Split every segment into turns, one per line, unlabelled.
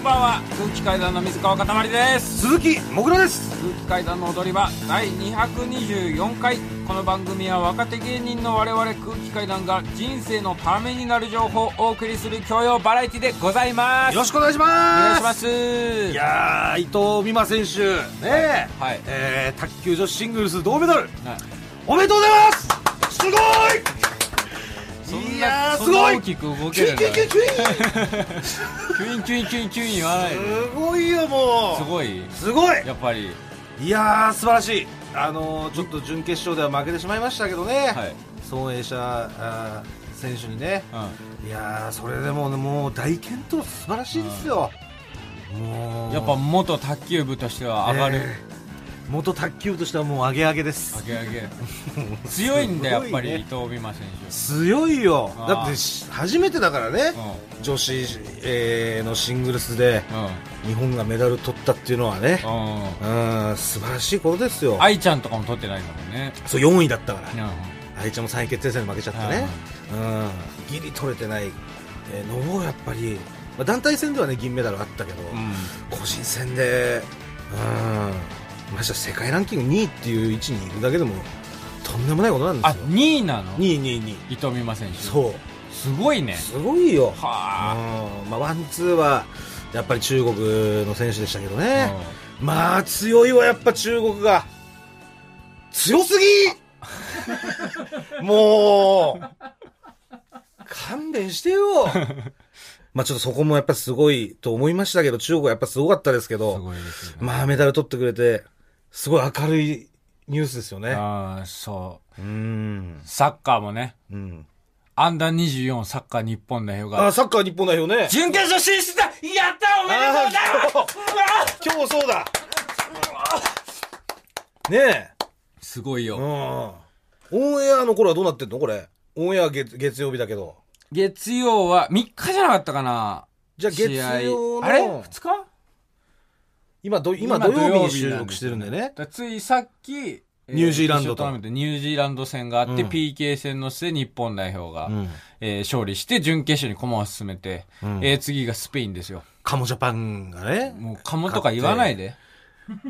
んばんは空気階段の水川かたまりです
鈴木もぐらです
空気階段の踊り場第224回この番組は若手芸人の我々空気階段が人生のためになる情報をお送りする教養バラエティでございます
よろしくお願いし
お願
ま
い
す
します
いやー伊藤美誠選手ねえ、
はいはい
えー卓球女子シングルス銅メダル
はい
おめでとうございますすご
そん
い
ない
やー
そ
す
んな
ごい
大きく動
キ
け
ュイ
るん
キュ
だ
イキュイ
ね
キ
キュ
ュイ
インキュインキュインキュイン言わないです
ごいよもう
すごい
すごい
やっぱり
いやー素晴らしいあのー、ちょっと準決勝では負けてしまいましたけどね、
はい
孫エイシャあー選手にね
うん
いやーそれでもねもう大健闘素晴らしいですよ、もう
やっぱ元卓球部としては上がる、
えー元卓球としてはもう上げ上げです
上げ上げ強いんだやっぱり
すごいね
伊藤美誠選
強いよ
あー
だってし初めてだからね、女子、えーのシングルスで
手うん
日本がメダル取ったっていうのはね
うんうん
うん素晴らしいことですよ
愛ちゃんとかも取ってないからね
そう4位だったから
うん
愛ちゃんも3位決定戦で負けちゃってね、うん、ギリ取れてないえーのをやっぱり、まあ団体戦ではね銀メダルあったけど、
うん
個人戦で、うん、まして世界ランキング2位っていう位置にいるだけでもとんでもないことなんで
あ
すよ。
2位なの
2位、2位、2位。
伊藤美誠選手
そう
すごいね
すごいよ、
は
うんまあ、ワン、ツーはやっぱり中国の選手でしたけど
あ、
ね、まあ強いわ、やっぱ中国が強すぎもう勘弁し てよまあちょっとそこもやっぱすごいと思いましたけど、中国はやっぱすごかったですけ
す
ど、
ごいですよね、
まあメダル取ってくれて、すごい明るいニュースですよね。
あーそう
うん。
サッカーもね
うん。
アンダー24サッカー日本代表が
あ、サッカー日本代表ね。
準決勝進出だやったおめでとうございます
あ今日そうだ。ねえ。
すごいよ、
うん。オンエアの頃はどうなってんのこれ。オンエア月月曜日だけど。
月曜は3日じゃなかったかな
じゃあ月曜の
あれ ?2 日
今ど、今
今
土曜日
土曜日なん
に収
ですよね
録してるんでね。
だついさっき、え
ニュージーランド
決勝
と
トーナメントニュージーランド戦があって、
うん
PK 戦の末日本代表が、
うん
えー勝利して準決勝に駒を進めて、
うん
えー次がスペインですよ
カモジャパンがね、
もうカモとか言わないで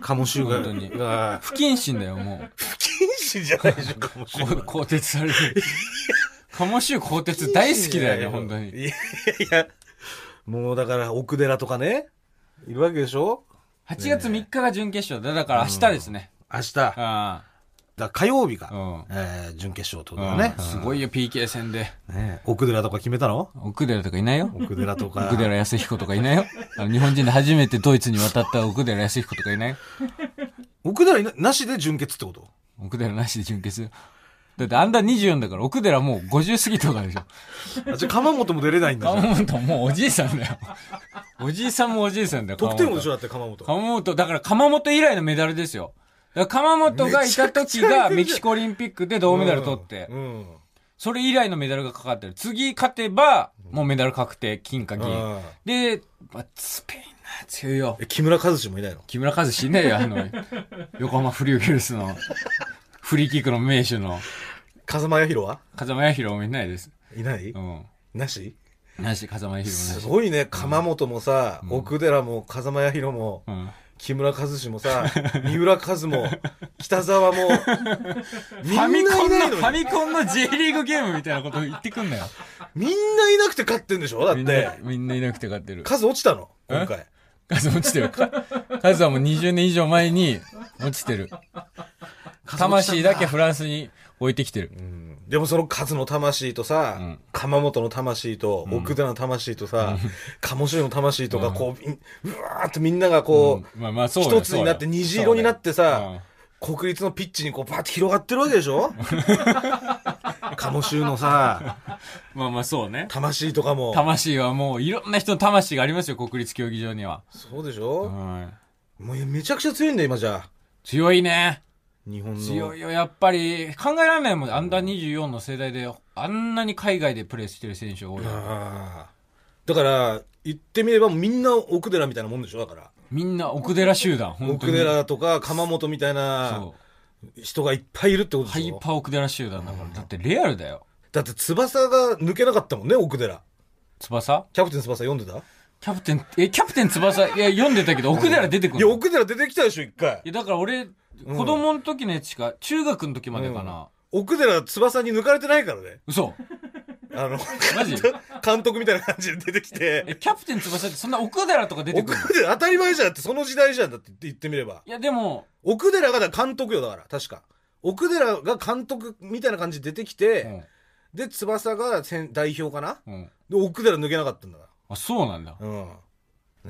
カモ州
本当に
が、
不謹慎だよも
不謹慎じゃないでしょ、カモ州
うこ更迭されるカモ州更迭大好きだよね本当に
いやいや、もうだから奥寺とかね、いるわけでしょ
8月3日が準決勝だだから明日ですね、
明日、だ
あ
火曜日が、
うん
えー準決勝ってこと
あ
だね。
うんすごいよ PK 戦で
ね奥寺とか決めたの
奥寺とかいないよ
奥寺とか。
奥寺康彦とかいないよあの日本人で初めてドイツに渡った奥寺康彦とかいないよ
奥寺いななしで準決ってこと
奥寺なしで準決だってアンダー24だから奥寺もう50過ぎとかでしょ
あじゃあ鎌本も出れないんだじゃ
鎌
ん。
本もうおじいさんだ よ。おじいさんもおじいさんだよ。
得点王でし
ょ
ょだって鎌本。
鎌本、だから鎌本以来のメダルですよ。だから鎌本がいた時がメキシコオリンピックで銅メダル取って
う、ん。
それ以来のメダルがかかってる。次勝てば、もうメダル確定、金か
う
銀。
ん
で、まあ、スペインな、強いよ。
え木村和志もいないの
木村和志いねえよ、あ の、横浜フリューゲルスの、フリーキックの名手の、
風間彌弘は
風間彌弘もいないです。
いない
うん。
なし
なし、風間彌弘も
す
なし。
ごいね鎌本もさ、奥寺も風間彌弘も、
うん。
木村和志もさ三浦和 も北沢もみ
フ
ん
ァ
ない
ミコ
な
ンの、
い
フ
の
ァミ
に
コンの J リーグゲームみたいなこと言ってくんなよ。
みんないなくて勝ってんでしょだっ
みんな
て、
みんないなくて勝ってる。
数落ちたの今回
カズ落ちてる。かカズはもう20年以上前に落ちてる。魂だけフランスに置いてきてる。
でもその数の魂とさ、
うん
鎌本の魂と、奥田の魂とさ、鴨志の魂とか、こう、みんうわーっとみんながこう、
うんまあまあそうだよ
一つになって
そうだよ
虹色になって
そうだ
さ
よ、
国立のピッチにこうバーって広がってるわけで しょ鴨志のさ、
まあまあそうね。
魂とかも。
魂はもういろんな人の魂がありますよ、国立競技場には。
そうでし
う
ょ、
ん
もうめちゃくちゃ強いんだよ、今じゃあ。
強いね。
日本の。
強いよ、やっぱり。考えられないもん。アンダー24の世代で、あんなに海外でプレーしてる選手が多い。
ああだから、言ってみればもうみんな奥寺みたいなもんでしょだから。
みんな奥寺集団、本当
奥
に。
寺とか鎌本みたいな
そう。
人がいっぱいいるってことで
ハ
し
イ
ょ
パー奥寺集団だから。だってレアルだよ。
だって翼が抜けなかったもんね、奥寺。
翼
キャプテン翼読んでた
キャプテン、え、キャプテン翼、いや、読んでたけど、奥寺出てくる
いや、
のい
奥寺出てきたでしょ、一回。
や、だから俺、
ん
子供の時のやつしか、中学の時までかな。
奥寺翼に抜かれてないからね。
嘘。
あの、
マジ
監督みたいな感じで出てき
え、
て。
キャプテン翼ってそんな奥寺とか出てく
奥
るの
寺、当たり前じゃんって、その時代じゃんだって言ってみれば。
いや、でも、
奥寺がだから監督よ、だから、確か。奥寺が監督みたいな感じで出てきて、
うん。
で、翼が先代表かな
うん。
で、奥寺抜けなかったんだか
あ、そうなんだ。
ら。うん。ね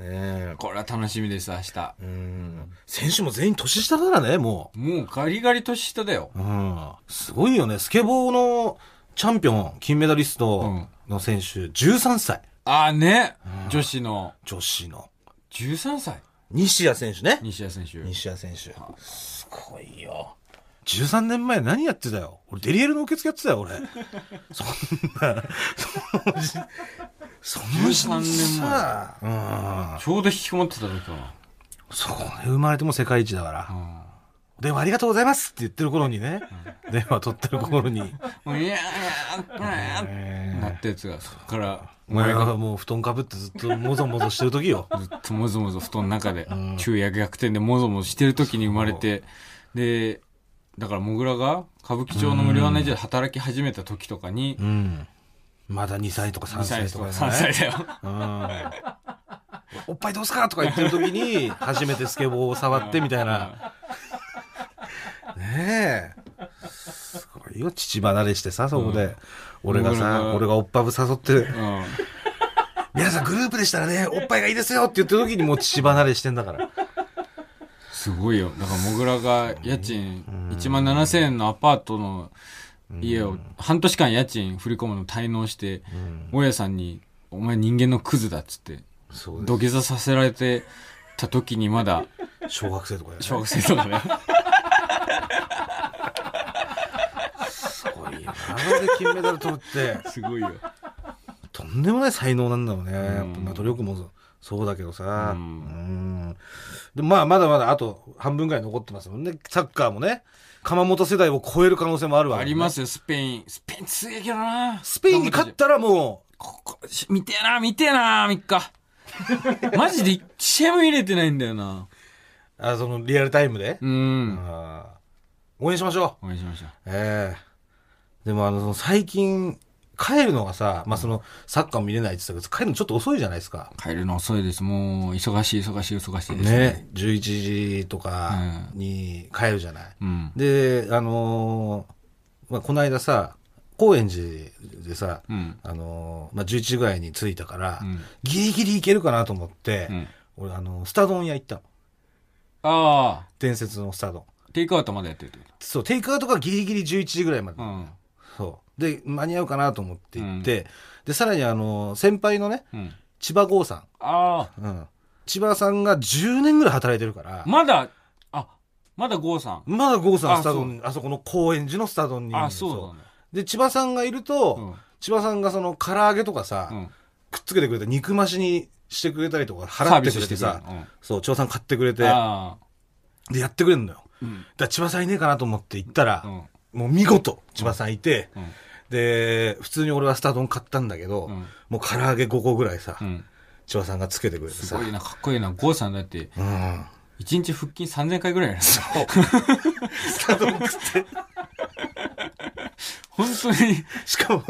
え。
これは楽しみです、明日。
うん。選手も全員年下だからね、も
もうガリガリ年下だよ。
う。うん。すごいよね。スケボーのチャンピオン、金メダリ
う
ス
ん
トの選手、13歳。
ああね
う、ん
女子の
女子の。
13歳、
西矢選手ね。
西矢選手。
西矢選手。
すごいよ。
13年前何やってたよ俺デリヘルの受付やってたよ俺 そんなその時その
13年前
さうん
ちょうど引きこもってた時かな。
そうね生まれても世界一だから電話ありがとうございますって言ってる頃にね電話取ってる頃に
うん。いやー、な
え
ったやつが、そっから、
ー俺がもう布団かぶってずっともぞもぞしてる時よ
ずっともぞもぞ布団の中で、昼夜逆転でもぞもぞしてる時に生まれて、で、だから、もぐらが歌舞伎町の無料案内所で働き始めた時とかに
う、んまだ2歳とか3
2歳
歳
と
と
か
か
3
だよ
歳
ね
だよ。
うんおっぱいどうすかとか言ってる時に初めてスケボーを触ってみたいなねえ。すごいよ、父離れしてさ、そこで。俺が
俺
さ、
が
俺がおっぱぶ誘っ て、
うん。
皆さんグループでしたらね、おっぱいがいいですよって言ってる時にもう父離れしてんだから。
すごいよ。だから、もぐらが家賃1万7000円のアパートの家を半年間家賃振り込むの滞納して、大家さんに、お前人間のクズだっつって、
そう
土下座させられてた時にまだ
小学生とかやね。
小学生とかね。
すごいよな。あれで金メダル取るって、
すごいよ。
とんでもない才能なんだろうね。やっぱまあ努力もそうだけどさ。
う
うんん。で、まあ、まだまだあと半分ぐらい残ってますもんね。サッカーもね、鎌本世代を超える可能性もあるわけ
あ
ね、
りますよ、スペイン。スペイン強いけどな。
スペインに勝ったらもう、
ここ、し見てえな、見てえな、3日。マジで1試合も見れてないんだよな。
あそのリアルタイムで、
うん。
あー応援しましょう。
お願いしましょう。
ええでもあの、その最近、帰るのがさ、まあ、その、サッカーも見れないって言ってたけど、帰るのちょっと遅いじゃないですか。
帰るの遅いです。もう、忙しい、忙しい、忙しいです。
ね。11時とかに帰るじゃない。
うん。
で、あのーまあ、この間さ、高円寺でさ、
うん。
あのーまあ、11時ぐらいに着いたから、
うん
ギリギリ行けるかなと思って、
うん
俺、あの、スタ丼屋行ったの。
ああ、
伝説のスタ丼。
テイクアウトまでやってるってこ
そう、テイクアウトがギリギリ11時ぐらいまで。
と。うん。
そう。で、間に合うかなと思って行って、で、さらにあの、先輩のね、
うん。
千葉郷さ
あ
ん。うん。千葉さんが10年ぐらい働いてるか
あ、、
ら
まだ、あ、まだ郷さん。
まだ郷さ
あ
んスタドン、あそこの高円寺のスタドンにいるの
あ
よ
そうなんだ。
そうで、千葉さんがいると、
うん
千葉さんがその唐揚げとかさ、
うん。
くっつけてくれた肉増しにしてくれたりとか、
サ
払
ー
っ
ビ
て
ス
く
し
れ
て
て
さ
さ、。そう、千葉さん買ってくれて、
ああ。
で、やってくれるのよ。
うん。
だから千葉さんいねえかなと思って行ったら、
うん。
もう見事、千葉さんいて、
うん
で、普通に俺はスタ丼買ったんだけど、
うん
もう唐揚げ5個ぐらいさ、
うん。
千葉さんがつけてくれて
す
さ。
ごいな、かっこいいな。郷さんだって、
うん。
一日腹筋3000回ぐらいやる。
スタ丼食って、
本当に。
しかも、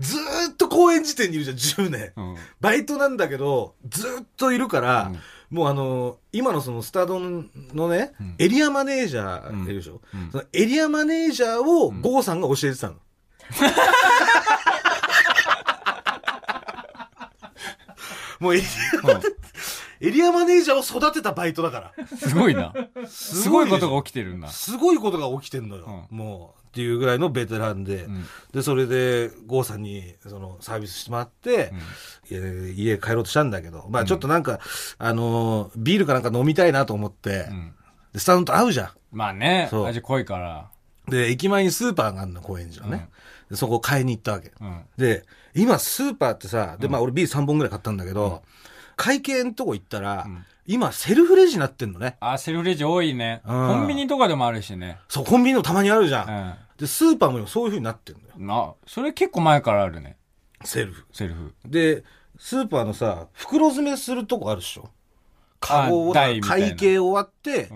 ずーっと公演時点にいるじゃん、10年。
うん。
バイトなんだけど、ずーっといるから、もうあの、今のそのスタ丼のね、
うん
エリアマネージャーいるでしょ、
うん
そのエリアマネージャーを郷さんが教え てたの。もうエリアマネエリアマネージャーを育てたバイトだから。
すごいな。すごいことが起
起き
きてるんだ。
すごいことが起きてんのよ、もうっていうぐらいのベテランで、
うん
でそれで郷さんにそのサービスしてもらって、えー家帰ろうとしたんだけどまあちょっとなんか、あのービールかなんか飲みたいなと思って、
うん。
でスタンドと合うじゃ
まあね、
そう
味濃いから。
んで駅前にスーパーがあるの高円寺のね、でそこ買いに行ったわけ、
うん。
で今スーパーってさで、まあ、俺ビール3本ぐらい買ったんだけど、会計のとこ行ったら、
ん
今セルフレジになってんのね
あ、セルフレジ多いね。
うん
コンビニとかでもあるしね。
そうコンビニのたまにあるじゃ、
うん
でスーパーも今そういうふうになってんのよ
ん。な、それ結構前からあるね。
セルフ
セルフ。
で、スーパーのさ、袋詰めするとこあるでしょ。カゴを、
あ台
会
みたいな
計終わって、
う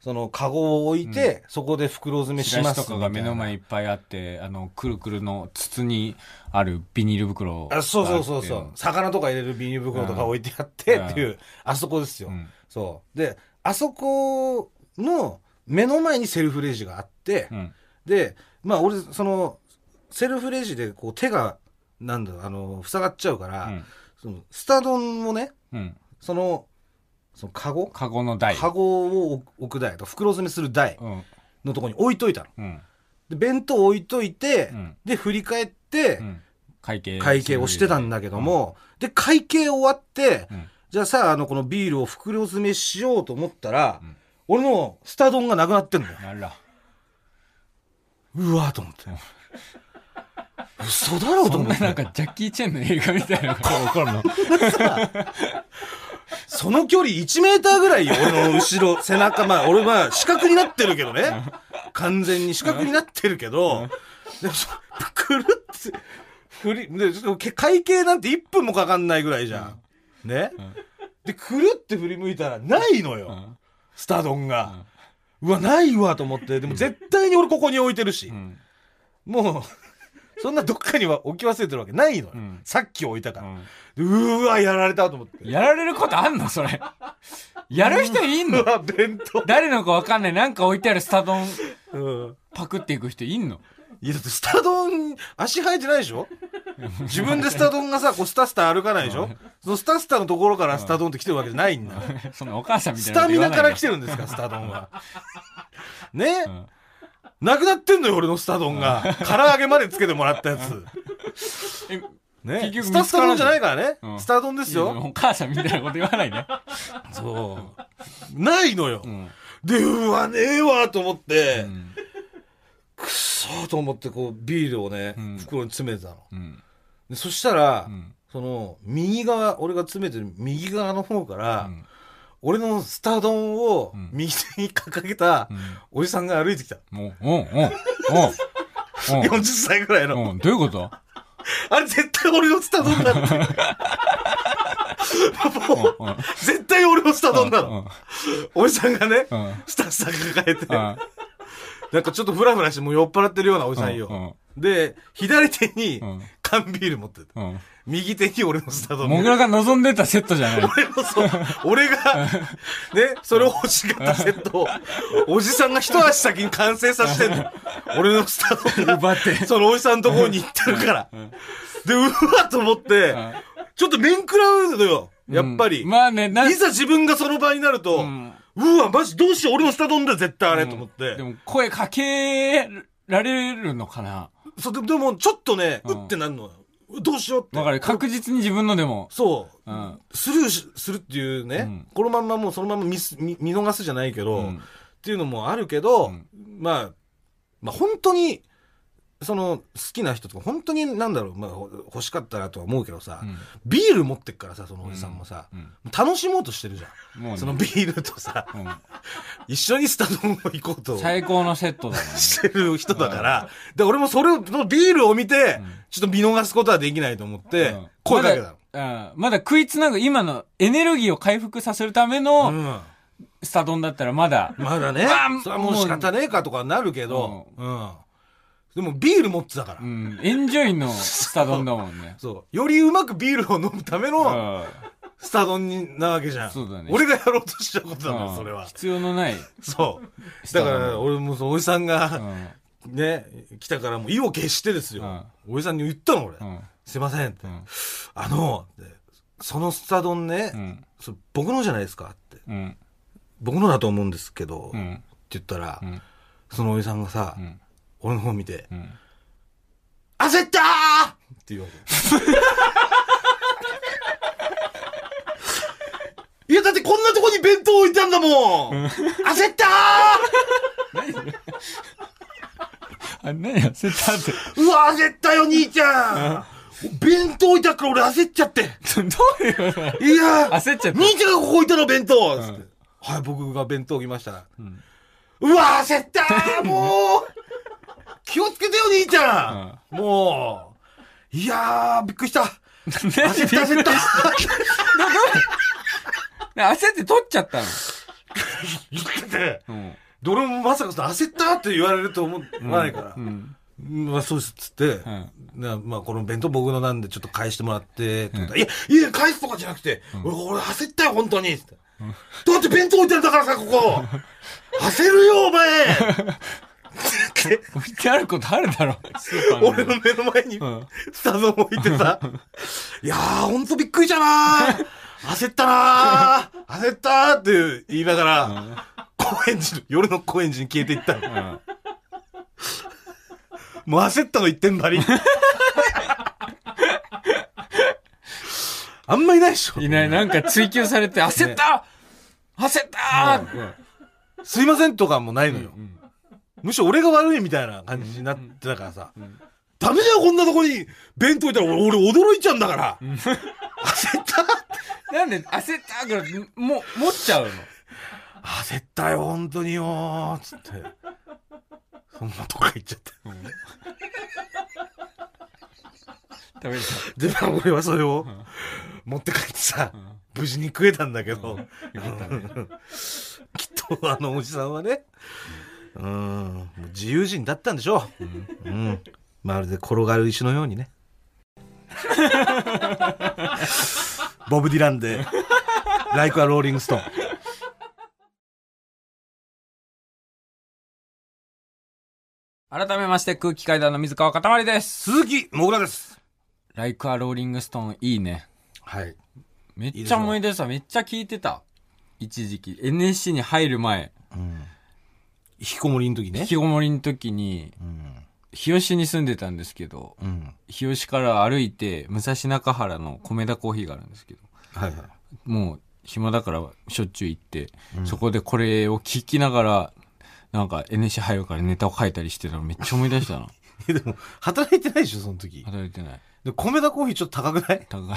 そのカゴを置いて、そこで袋詰
ん、
め
チ
し
ラ
ま
シ
す
と
みたい
か
な。
が目の前いっぱいあってあのくるくるの筒にあるビニール袋
あそうそうそうそ
があっ
う
て
魚とか入れるビニール袋とか置いてあって
うん
っていう、あそこですよ、
うん
そうであそこの目の前にセルフレジがあって、
うん
でまあ俺そのセルフレジでこう手がなんだろうあの塞がっちゃうから、
うん
そのスタ丼もね
うん、
そのそのカゴ
カゴの台
カゴを置く台と袋詰めする台
うん
のとこに置いといたの
うん
で弁当置いといて、
うん
で振り返って、
うん、会計
会計をしてたんだけども、で、会計終わって、
うん
じゃあさ、あの、このビールを袋詰めしようと思ったら、
うん
俺のスタ丼がなくなってんのよ。
あら
うわーと思って。嘘だろうと
そん
思っ
な
て。
なんかジャッキー・チェンの映画みたいな顔怒るの
その距離1メーターぐらいよ、俺の後ろ、背中、まあ、俺は四角になってるけどね。完全に四角になってるけど、でもそ、くるって、振り、で、ちょっとけ会計なんて1分もかかんないぐらいじゃん。ね
ん。
で、くるって振り向いたら、ないのよ。スタドンが。うわ、ないわと思って。でも絶対に俺ここに置いてるし
う。ん
もう、そんなどっかには置き忘れてるわけないのよ
うん。
さっき置いた
う
から。
ん
うーわ、やられたと思って。
やられることあんのそれやる人いんの
うわ、弁当。
誰のかわかんないなんか置いてあるスタ丼
うん。
パクっていく人いんの
いや、だってスタドン、足生えてないでしょ自分でスタドンがさ、こう、スタスタ歩かないでしょそのスタスタのところからスタドンって来てるわけじゃないんだ。
そのお母さんみた
ス
いなこ
タ
と
ミ
言わ
ナ
ない
から来
て
てるんですか、スタドンは。ね、
ん
なくなってんのよ、俺のスタドンが。唐揚げまでつけてもらったやつ。ね
結局
スタスタ丼じゃないからね。
うん
スタ丼ですよ。
お母さんみたいなこと言わないね、
そう。ないのよ
う。ん
で、うわ、ねえわ、と思って
う、ん
くそと思って、こう、ビールをね
うん、
袋に詰めてたの。
うん
でそしたら
う、ん
その、右側、俺が詰めてる右側の方か
う
ら、
ん
俺のスタ丼を
うん
右手に掲げた
う、ん
おじさんが歩いてきた。
もうおうおうおう
40歳 ぐらいの。
おうどういうこと
あれ絶対俺のスタドンだって。もう
うんうん
絶対俺のスタドンな
う
の。
ん
おじさんがね、
うん
スタッフさん抱え
う
て、
ん
なんかちょっとフラフラしてもう酔っ払ってるようなおじさんよ。で、左手に
うん
缶ビール持ってて、
うんうん
右手に俺のスタドン。
もぐらが望んでたセットじゃない
俺もそう、俺が、ね、それを欲しかったセットを、おじさんが一足先に完成させてんの。俺のスタドンが、
奪って
そのおじさんのところに行ってるから。で、うわと思って、ちょっと面食らうのよ。やっぱり。
うんまあねない
ざ自分がその場になると、う
うん
わ、マジどうしよう、俺の下飛んだよ、絶対あれ、と思って。
でも声かけられるのかな
そうででも、ちょっとね、う
うん
ってなるのよ。どうしようって。
わかる確実に自分のでも
そう、
うん
スルーしするっていうね、
うん
このまんまもうそのまま見す見見逃すじゃないけど、
うん
っていうのもあるけど、
うん
まあ、まあ本当に、その好きな人とか本当になんだろう、まあ、ほ欲しかったなとは思うけどさ、
うん
ビール持ってっからさ、そのおじさんもさ、
うん
楽しもうとしてるじゃん。
もうね
そのビール とさ、
うん
一緒にスタドンも行こうと
最高のセットだね
してる人だから、で、俺もそれを、そのビールを見て
うん、
ちょっと見逃すことはできないと思って
うん、
声かけた
まだ,、うん、まだ食いつなぐ今のエネルギーを回復させるため
の。う
の
ん。
スタ丼だったらまだ、
まだね
あー、
それはもう仕方ねえかとかなるけど、うん。でもビール持ってたから
う。ん、エンジョイのスタ丼だもんね
そう。よりうまくビールを飲むため
う
の
ん
スタドンになわけじゃん。
そうだね
俺がやろうとしたことなんだ
う
よ、
ん
そ れは。
必要のない、
そう。だから、俺もそのおじさん
う
が、
ん
ね、来たからもう意を決してですよ。おじさんに言ったの、俺
う。ん
すいませんって
う。ん
あの、ってそのスタドンね、
うん
そ僕のじゃないですかって。
うん
僕のだと思うんですけど、
う
って
ん
言ったら、
うん
そのおじさんがさ、
うん
俺の方見て、
うん
焦ったーって言うわ け。いや、だってこんなとこに弁当置いたんだもん焦った
あ何やセットって
ーうわ、焦ったよ、兄ちゃん弁当置いたから俺焦っちゃって
どういうことだ
いやー
焦っちゃった
兄ちゃんがここ置いたの弁当つって
うん
はい、僕が弁当置きました。
ん
うわー、焦ったーもう 気をつけてよ、兄ちゃん、もういやー、びっくりした焦った焦った。
焦って取っちゃったの。
言ってて、
うん。
どれもまさかさ焦ったって言われると思わないから
う。ん。
まあそうですっつって、
うん
なまあこの弁当僕のなんでちょっと返してもらってって言ったら、いや、いや、返すとかじゃなくて、俺、俺焦ったよ、本当にってだって弁当置いてるんだからさ、ここ焦るよ、お前って
置いてあることあるだろ。スーパー
俺の目の前に
ん、
スタゾン置い てさ、いやー、ほんとびっくりじゃなー焦ったなー焦ったーって言いながら、高円寺の、夜の高円寺に消えていったの。
の。
もう焦ったの言ってんばり。あんまいないでしょ
うん。いない、なんか追求されて、焦った焦ったー
すいませんとかもないのよ。
ん
むしろ俺が悪いみたいな感じになってたからさ。ダメじゃん、こんなとこに弁当いたら俺俺驚いちゃうんだから。焦った
なんで、焦ったーから、も、持っちゃうの。
焦ったよ、本当によーつって。そんなとこ行っちゃって。
ダメだ。
で、まあ俺はそれを持って帰ってさ、無事に食えたんだけど、
よかったね。
きっとあのおじさんはね、うーん、もう自由人だったんでしょう。うん。まるで転がる石のようにね。 ボブ・ディランで、Like a Rolling Stone。
改めまして、空気階段の水川かたまりです。
鈴木もぐらです。
ライクアローリングストーンいいね。
はい。
めっちゃ思い出した。めっちゃ聞いてた。一時期。NSC に入る前、
うん。引きこもりの時
引
ね。
きこもりの時に、
うん。
日吉に住んでたんですけど、
うん。
日吉から歩いて、武蔵中原の米田コーヒーがあるんですけど、
はいはい。
もう暇だからしょっちゅう行って、そこでこれを聞きながら、なんか NSC 入るからネタを書いたりしてたのめっちゃ思い出 したな。
え、でも、働いてないでしょ、その時。
働いてない。
で、米田コーヒーちょっと高くない
高い。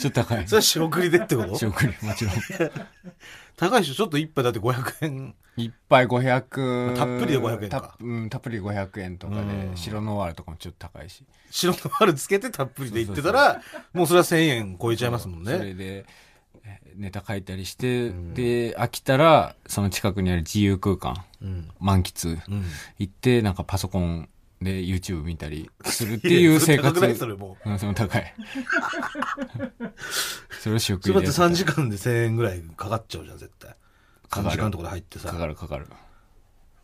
ちょっと高い。
それは仕送りでってこと
仕送り、もちろん。
高いでしょ、ちょっと一杯だって500円。
一杯500
たっぷりで500円か
た,、うん、たっぷりで500円とかで、
うん
白ノワールとかもちょっと高いし
白の春つけてたっぷりで行ってたら、もうそれは1000円超えちゃいますもん
それ
ね。
でえネタ書いたりして、で飽きたらその近くにある自由空間
うん。
満喫
うん。
行ってなんかパソコンで YouTube 見たりするっていう生
やそれ高
活
くないそれもう。
うんその高 いそれを仕
そ
送
れだ
り
っ
で
て
や
3時間で1000円ぐらいかかっちゃうじゃん、絶対。
か
3
かる
時間とかで入って
か
さ。
かるかかる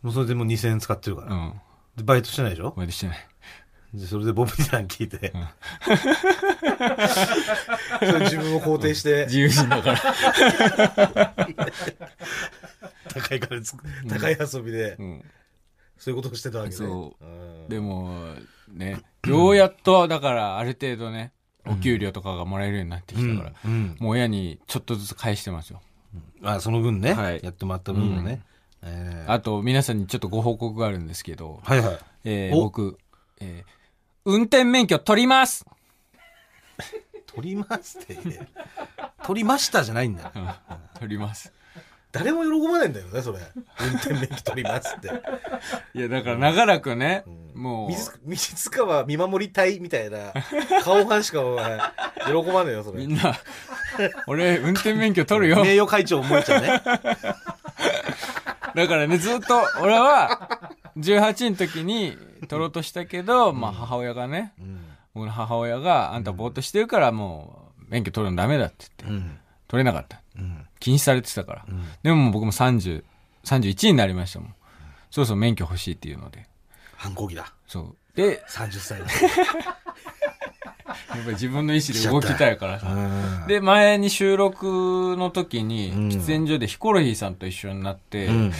もうそれでもう2000円使ってるか
う
ら。
ん
で、バイトしてないでしょ
思い出してない
でそれでボブ・ディラン聞いて。 それ自分を肯定して、
自由人だから
高いからつく、高い遊びで
う、ん
そういうことをしてたわけね。
そ
うん
でもね、ようやっと、だからある程度ね、お給料とかがもらえるようになってきたから、
うんうん
もう親にちょっとずつ返してますよ。
あ、その分ね。
はい
やってもらった分のね。えー
あと、皆さんにちょっとご報告があるんですけど、
はいはい。
えー
お
僕、えー運転免許取ります
取りますって言え。取りましたじゃないんだよ。
取ります。
誰も喜ばないんだよね、それ。運転免許取りますって。
いや、だから長らくね、もう、
水水川見守り隊みたいな顔ファンしかお前、喜ばないよ、それ。
み
名
んな、 俺、運転免許取るよ。
誉会長思えちゃう ね。
だからね、ずっと、俺は、18の時に取ろうとしたけど、まあ、母親がね、僕の母親が、あんたぼーっとしてるから、もう、免許取るのダメだって言って、
ん。
取れなかった。
うん。
禁止されてたから。
ん
でももう僕も30、31になりましたもん。そろそろ免許欲しいっていうので。
反抗期だ。
そう。で、
30歳だ。
やっぱり自分の意思で動きたいからさ。
う
で、前に収録の時に、
ん
喫煙所でヒコロヒーさんと一緒になって、
ん。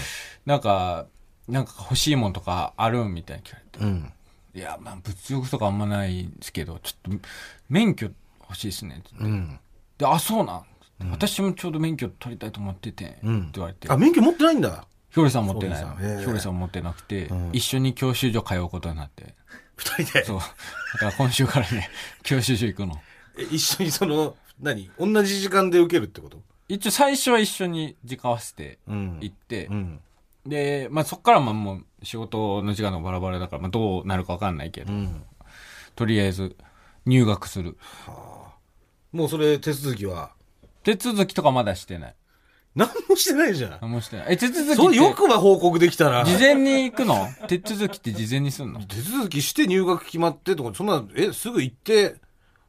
なんか、なんか欲しいもんとかあるみたいに聞かれて。
うん。
いや、まあ物欲とかあんまないんですけど、ちょっと免許欲しいですね。
うん。
で、あ、そうなん。私もちょうど免許取りたいと思ってて、
うん
って言われて
あ、、免許持ってないんだ。
ひょりさん持ってないの
ひょりさんへえ
ひょりさん持ってなくて、
ん
一緒に教習所通うことになって。
二人で
そう。だから今週からね、教習所行くの。
え一緒にその、何同じ時間で受けるってこと
一応最初は一緒に時間合わせて
うん
行って、
ん。
で、まあそっからまあもう仕事の時間のバラバラだから、まあどうなるかわかんないけど、
うん。
とりあえず入学する。
もうそれ手続きは
手続きとかまだしてない。
何もしてないじゃん
何もしてない。え、手続きって
そうよくは報告できたな
事前に行くの手続きって事前にすんの
手続きして入学決まってとかそんなえすぐ行って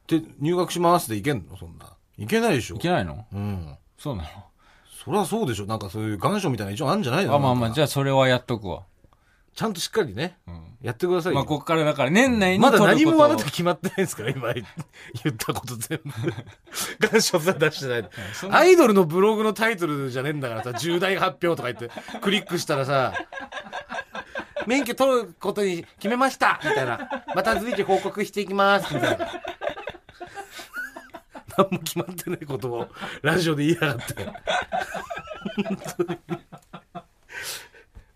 て入学しますでいけんのそんないけないでしょ
いけないの
うん
そうな
そりゃそうでしょなんかそういう願書みたいな一応あるんじゃない
の
の
あ、まあまあ、
なんか
じゃあそれはやっとくわ。
ちゃんとしっかりね
うん。
やってくださいよ
まあ、こっからだから年内に
ま
取る
だ
ことを
何もあなた決まってないですから、今言ったこと全部。 願書さ出してない。
そんな
アイドルのブログのタイトルじゃねえんだからさ、重大発表とか言って、クリックしたらさ、免許取ることに決めましたみたいな。また随時報告していきますみたいな。何も決まってないことをラジオで言いやがって。本当に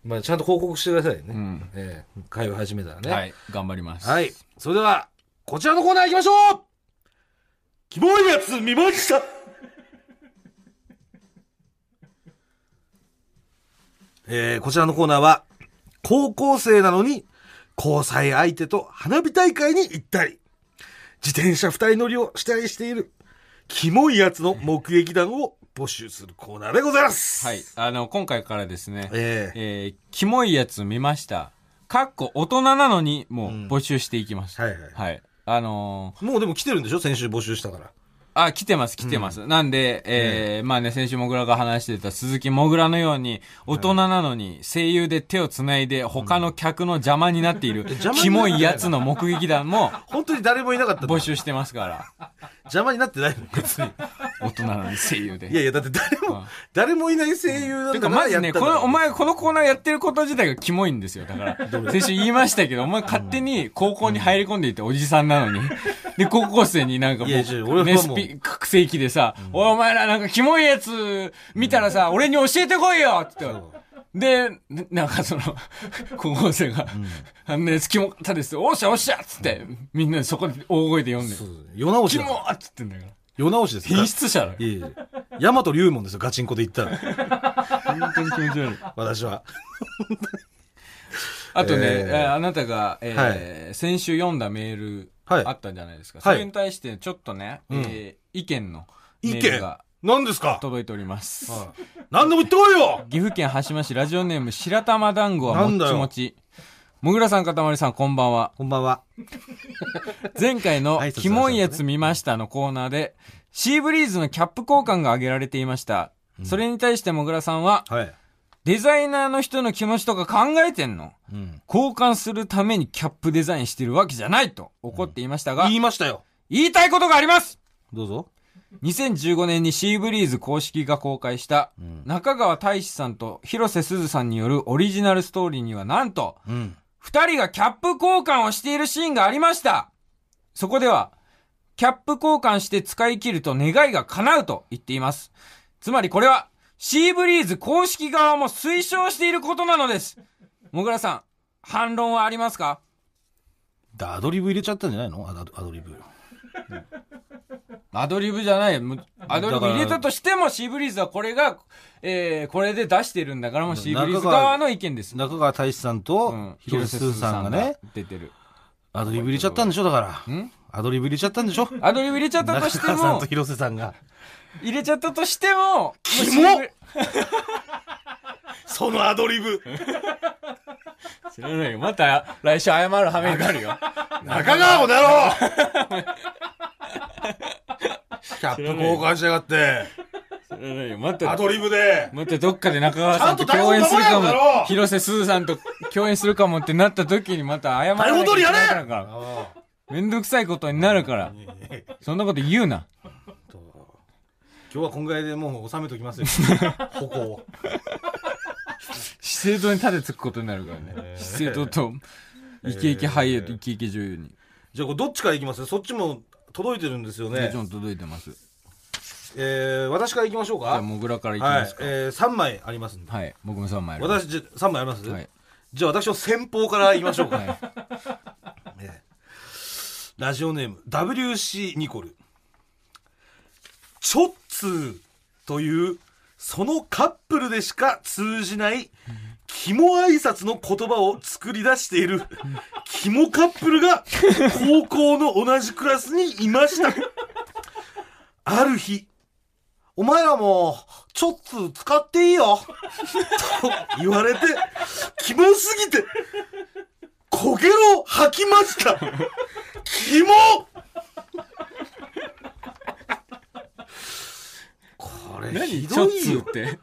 まあ、ちゃんと報告してくださいね。
ん
ええ会話始めたらね。
はい、頑張ります。
はい。それでは、こちらのコーナー行きましょうキモいやつ見ました えー、こちらのコーナーは、高校生なのに、交際相手と花火大会に行ったり、自転車二人乗りをしたりしている、キモいやつの目撃談を募集するコーナーでございます。
はい。あの、今回からですね、
えー、
えー、キモいやつ見ました。かっこ大人なのに、もう募集していきます。
はいはい
はい。あの
もうでも来てるんでしょ先週募集したから。
ーあ、来てます、来てます。なんで、えーまあね、先週もぐらが話してた鈴木もぐらのように、大人なのに声優で手を繋いで、他の客の 邪魔になっている、
邪魔に
キ
なら
モ
ない
いやつの目撃談も
本当に誰もいなかったんだ
募集してますから。
邪魔になってないの別に。
大人なのに声優で。
いやいや、だって誰も、
うん
誰もいない声優なん
てから
だか
まず
やったん
ね、
だ
この、お、前、このコーナーやってること自体がキモいんですよ。だから、先週言いましたけど、お前勝手に高校に入り込んでいておじさんなのに。で、高校生になんかも
いや違う俺
う、
は
ね、ス
もう
ピ、覚醒器でさ、おいお前らなんかキモいやつ見たらさ、俺に教えてこいよって言ったので、ななんかその、 高校生が、あのね、キモかったですよ。おっしゃおっしゃっつって、みんなでそこで大声で読んで
そ、う世直し
キ
だ。
モっつってんだから。
世直しです。
品質者だよ。
いえいえ。大和龍門ですよ、ガチンコで言ったら。
本当に気持ち悪い。
私は。
あとね、
え
え
ー
ーあなたが、えー先週読んだメール、
はい
あったじゃないですか。
はい
それに対して、ちょっとね、えー意見のメ
意
ール
見
が
何ですか
届いております。
はい何でも言ってこいよ
岐阜県羽島市ラジオネーム白玉団子はもっ
なんだ
ち
よ
もち。もぐらさん、かたまりさん、こんばんは。
こんばんは。
前回の
挨拶はそうだね
「キモいやつ見ました」のコーナーで、シーブリーズのキャップ交換が挙げられていました。それに対してもぐらさんは、
はい。
デザイナーの人の気持ちとか考えてんの
うん。
交換するためにキャップデザインしてるわけじゃないと怒っていましたが、
言いましたよ。
言いたいことがあります
どうぞ。
2015年にシーブリーズ公式が公開した、中川大志さんと広瀬すずさんによるオリジナルストーリーにはなんと、
うん。
二人がキャップ交換をしているシーンがありましたそこでは、キャップ交換して使い切ると願いが叶うと言っています。つまりこれは、シーブリーズ公式側も推奨していることなのですもぐらさん、反論はありますか
アドリブ入れちゃったんじゃないのアドアドリブ。
アドリブじゃない。むアドリブ入れたとしても、シーブリーズはこれが、えー、これで出してるんだから、もうシーブリーズ側の意見です。
中川大志さん
う
と
ん、
広瀬すずさんがね、、
出てる。
アドリブ入れちゃったんでしょだから。
ん
アドリブ入れちゃったんでしょ
アドリブ入れちゃったと
中
して
川さん
も
と、広瀬さんが。
入れちゃったとしても、
キ
もうシ
モ
ーブリ
そのアドリブ。
知らないよ。また、来週謝る羽目になるよ。
中川この野 郎キャップ交換しやがって、
知らないよ。ま
ア
た、
ドリブで。
またどっかで中川さんと
ちゃんと
共演するか
台本守れよだろ
も、広瀬すずさんと共演するかもってなった時にまた謝らなきゃいけないから。めんどくさいことになるから。そんなこと言うな。
今日はこんぐらいでもう収めとき ますよ。ここを。
資生堂に盾つくことになるからね。資生堂と、イケイケ俳優とイケイケ女優に。
じゃあこれどっちからいきますそっちも届いてるんですよ
も
ね
ち。ろん届いてます。じ
えー、私からいきましょうか。
ゃあ、モグラからいき
は
ま
い
す。か。
えー、3枚ありますんで。
はい。僕も3枚あります。
私、じゃ3枚あります、
はい
じゃあ私は先方からいきましょうか。
はい
えーラジオネーム WC ニコルちょっつーというそのカップルでしか通じない肝挨拶の言葉を作り出している肝カップルが高校の同じクラスにいました。ある日、お前らも、ちょっと使っていいよ。と言われて、キモすぎて、焦げろ吐きました。キモこれ
何
ひ
ちょ
ど
っ
い
つっ
よ。
て。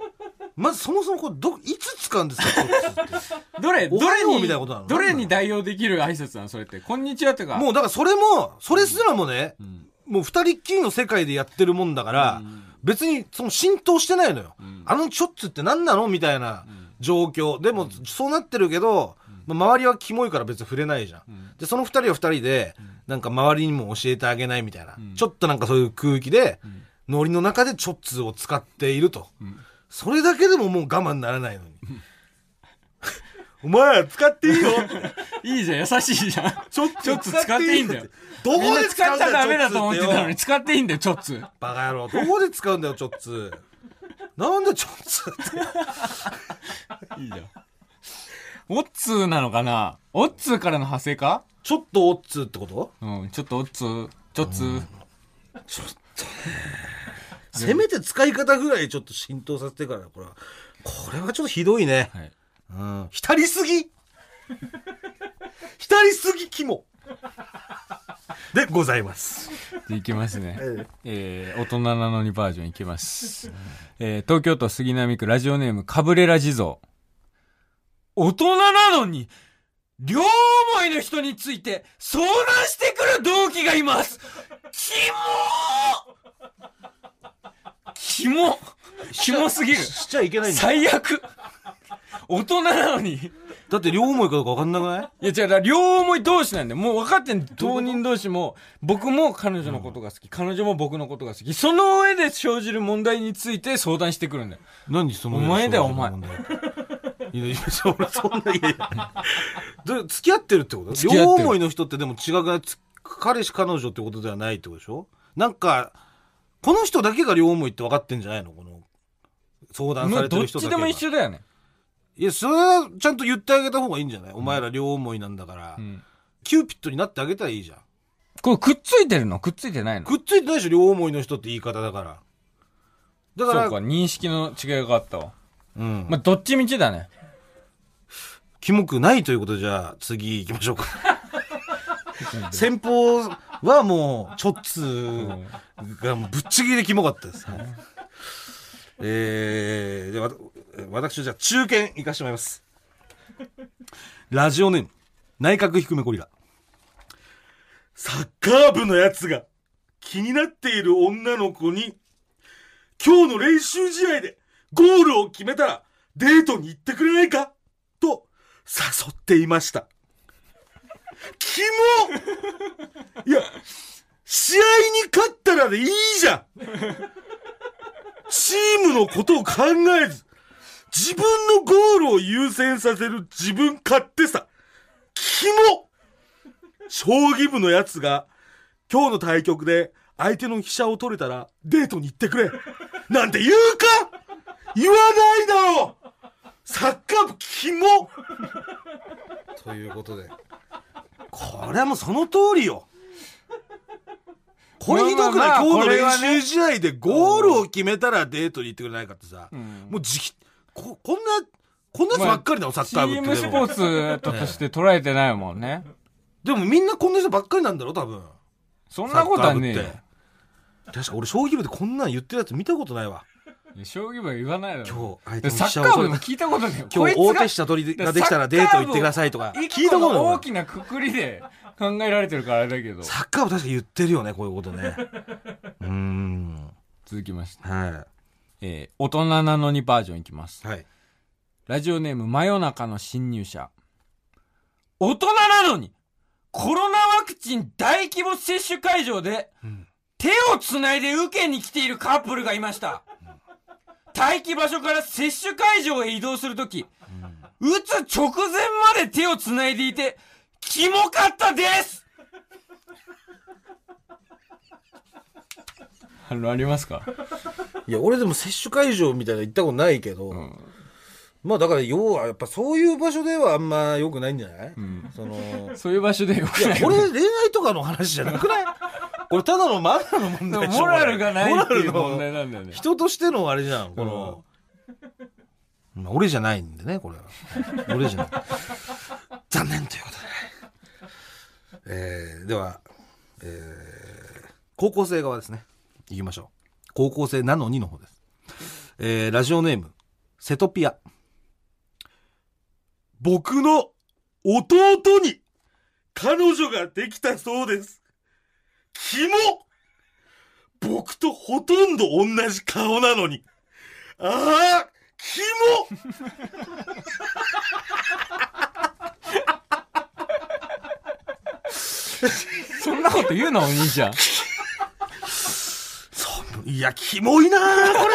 まずそもそもこれど、いつ使うんですか、ちょっつって
どれ、ど
おは
れ
よう
に、
みたいなことなの
どれに代用できる挨拶なのそれって。こんにちはとか。
もうだからそれも、それすらもね、
うん。
もう二人っきりの世界でやってるもんだから、
うん
別にその浸透してないのよ。
うん
あのちょっつって何なのみたいな
うん
状況。でも、そうなってるけど、まあ周りはキモいから別に触れないじゃん。
うん
で、その二人は二人で、なんか周りにも教えてあげないみたいな、
うん
ちょっとなんかそういう空気で、
ん
ノリの中でちょっつを使っていると。
うん
それだけでももう我慢ならないのに。 お前ら使っていいよ
いいじゃん、優しいじゃん。
ちょっ
ちょっと使っていいんだよ。
ど
みん
こ
な
で
使っ
使っ
ち
ち
ゃ
ゃ
ダ
ダ
メ
メ
だ
だ
と
と
思っ
思ってて
た
た
のに、
のに。
使っていいんだよ、ちょっつ。
バカ野郎、どこで使うんだよ、ちょっつ。なんでちょっつって。
いいじゃん。オッツーなのかなオッツーからの派生か
ちょっとおっつってこと
うん、ちょっとオッツー、ちょっつー。
ちょっとね。せめて使い方ぐらいちょっと浸透させてから、これは。これはちょっとひどいね。
はい。
うん。浸りすぎ浸りすぎ肝でございます。
でいきますね。
え
えー大人なのにバージョンいきます。えー東京都杉並区ラジオネームカブレラ地蔵。大人なのに、両思いの人について相談してくる同期がいますキモーキモキモすぎる
しちゃいけ ないんだ
最
よ。
悪大人なのに。い
だって両思いかどうかわかんなくない
や違う、だから両思い同士なんで、もう分かってん当人同士も、僕も彼女のことが好き、彼女も僕のことが好き、その上で生じる問題について相談してくるんだよ。
何その
お前だよお前
いやいやそれそんないやいやで付き合ってるってこと
付き合っ
両
てる
思いの人ってでも違くないつ彼氏彼女ってことではないってことでしょなんかこの人だけが両思いって分かってんじゃないのこの相談さ
もう
れて
どっ
る人
ち
だけ
で
が
も一緒だよね。
いやそれはちゃんと言ってあげた方がいいんじゃない、お前ら両思いなんだから、
うん。
キューピッドになってあげたらいいじゃん
これくっついてるのくっついてないの
くっついてないでしょ両思いの人って言い方だからだ
そう
から
か、認識の違いがあったわ。
うん
まあ、どっちみちだね。
キモくないということでじゃあ次行きましょうか。 先方はもう、ちょっつーがもうぶっちぎりでキモかったです。はいえー、で、わ私、じゃあ中堅行かしてもらいます。ラジオネーム、内閣低めゴリラ。サッカー部のやつが気になっている女の子に、今日の練習試合でゴールを決めたらデートに行ってくれないかと誘っていました。キモいや、試合に勝ったらでいいじゃんチームのことを考えず、自分のゴールを優先させる自分勝手さ。キモ将棋部のやつが、今日の対局で相手の飛車を取れたらデートに行ってくれなんて言うか言わないだろうサッカー部キモということで。これはもうその通りよ。これひどくない、
まあまあまあ
今日の練
これはね
習試合でゴールを決めたらデートに行ってくれないかってさ、もうじき、こ、こんな、こんなやつばっかりだよ、サッ
チ
カー部っ
ー
て
ム
で
ス
も。
ポーツとして捉えてないもんね。
でもみんなこんな人ばっかりなんだろ、多分。
そん
サ
な
ッ
こと
カ
は
ー部
ね
っ
えよ
て。確か俺、将棋部でこんなん言ってるやつ見たことないわ。
いや。将棋部は言わないだろ。
今日、
でサッカー部でも聞いたことねえよ。
今日、
こい
大
つが
手下取りができたらデート行ってくださいとか。聞い
一
た
個
こと
の
ない
大。きなくくりで考えられてるからあれだけど。
サッカー部確か言ってるよね、こういうこと ね。うーん。
続きまして。
は
えー、大人なのにバージョンいきます
い。。はい。
ラジオネーム真夜中の侵入者。大人なのに、コロナワクチン大規模接種会場で、
うん
手を繋いで受けに来ているカップルがいました。待機場所から接種会場へ移動するとき、打つ直前まで手を繋いでいて、キモかったですあの、ありますか
いや、俺でも接種会場みたいなの行ったことないけど、まあだから要はやっぱそういう場所ではあんま良くないんじゃない、
うん
その
そういう場所でよく
いや
ない
これ恋愛とかの話じゃなくないこれただのマナーの問
でも
題でしょ
モラルがないっていう
モラルの
問題なんだよね
人としてのあれじゃんこの、まあ、俺じゃないんでねこれ は俺じゃない残念ということで、えーでは、えー高校生側ですねいきましょう高校生なのにの方です、えーラジオネームセトピア僕の弟に彼女ができたそうですキモ僕とほとんど同じ顔なのに。ああキモ
そんなこと言うなお兄ちゃん
そう、いや、キモいなあこれ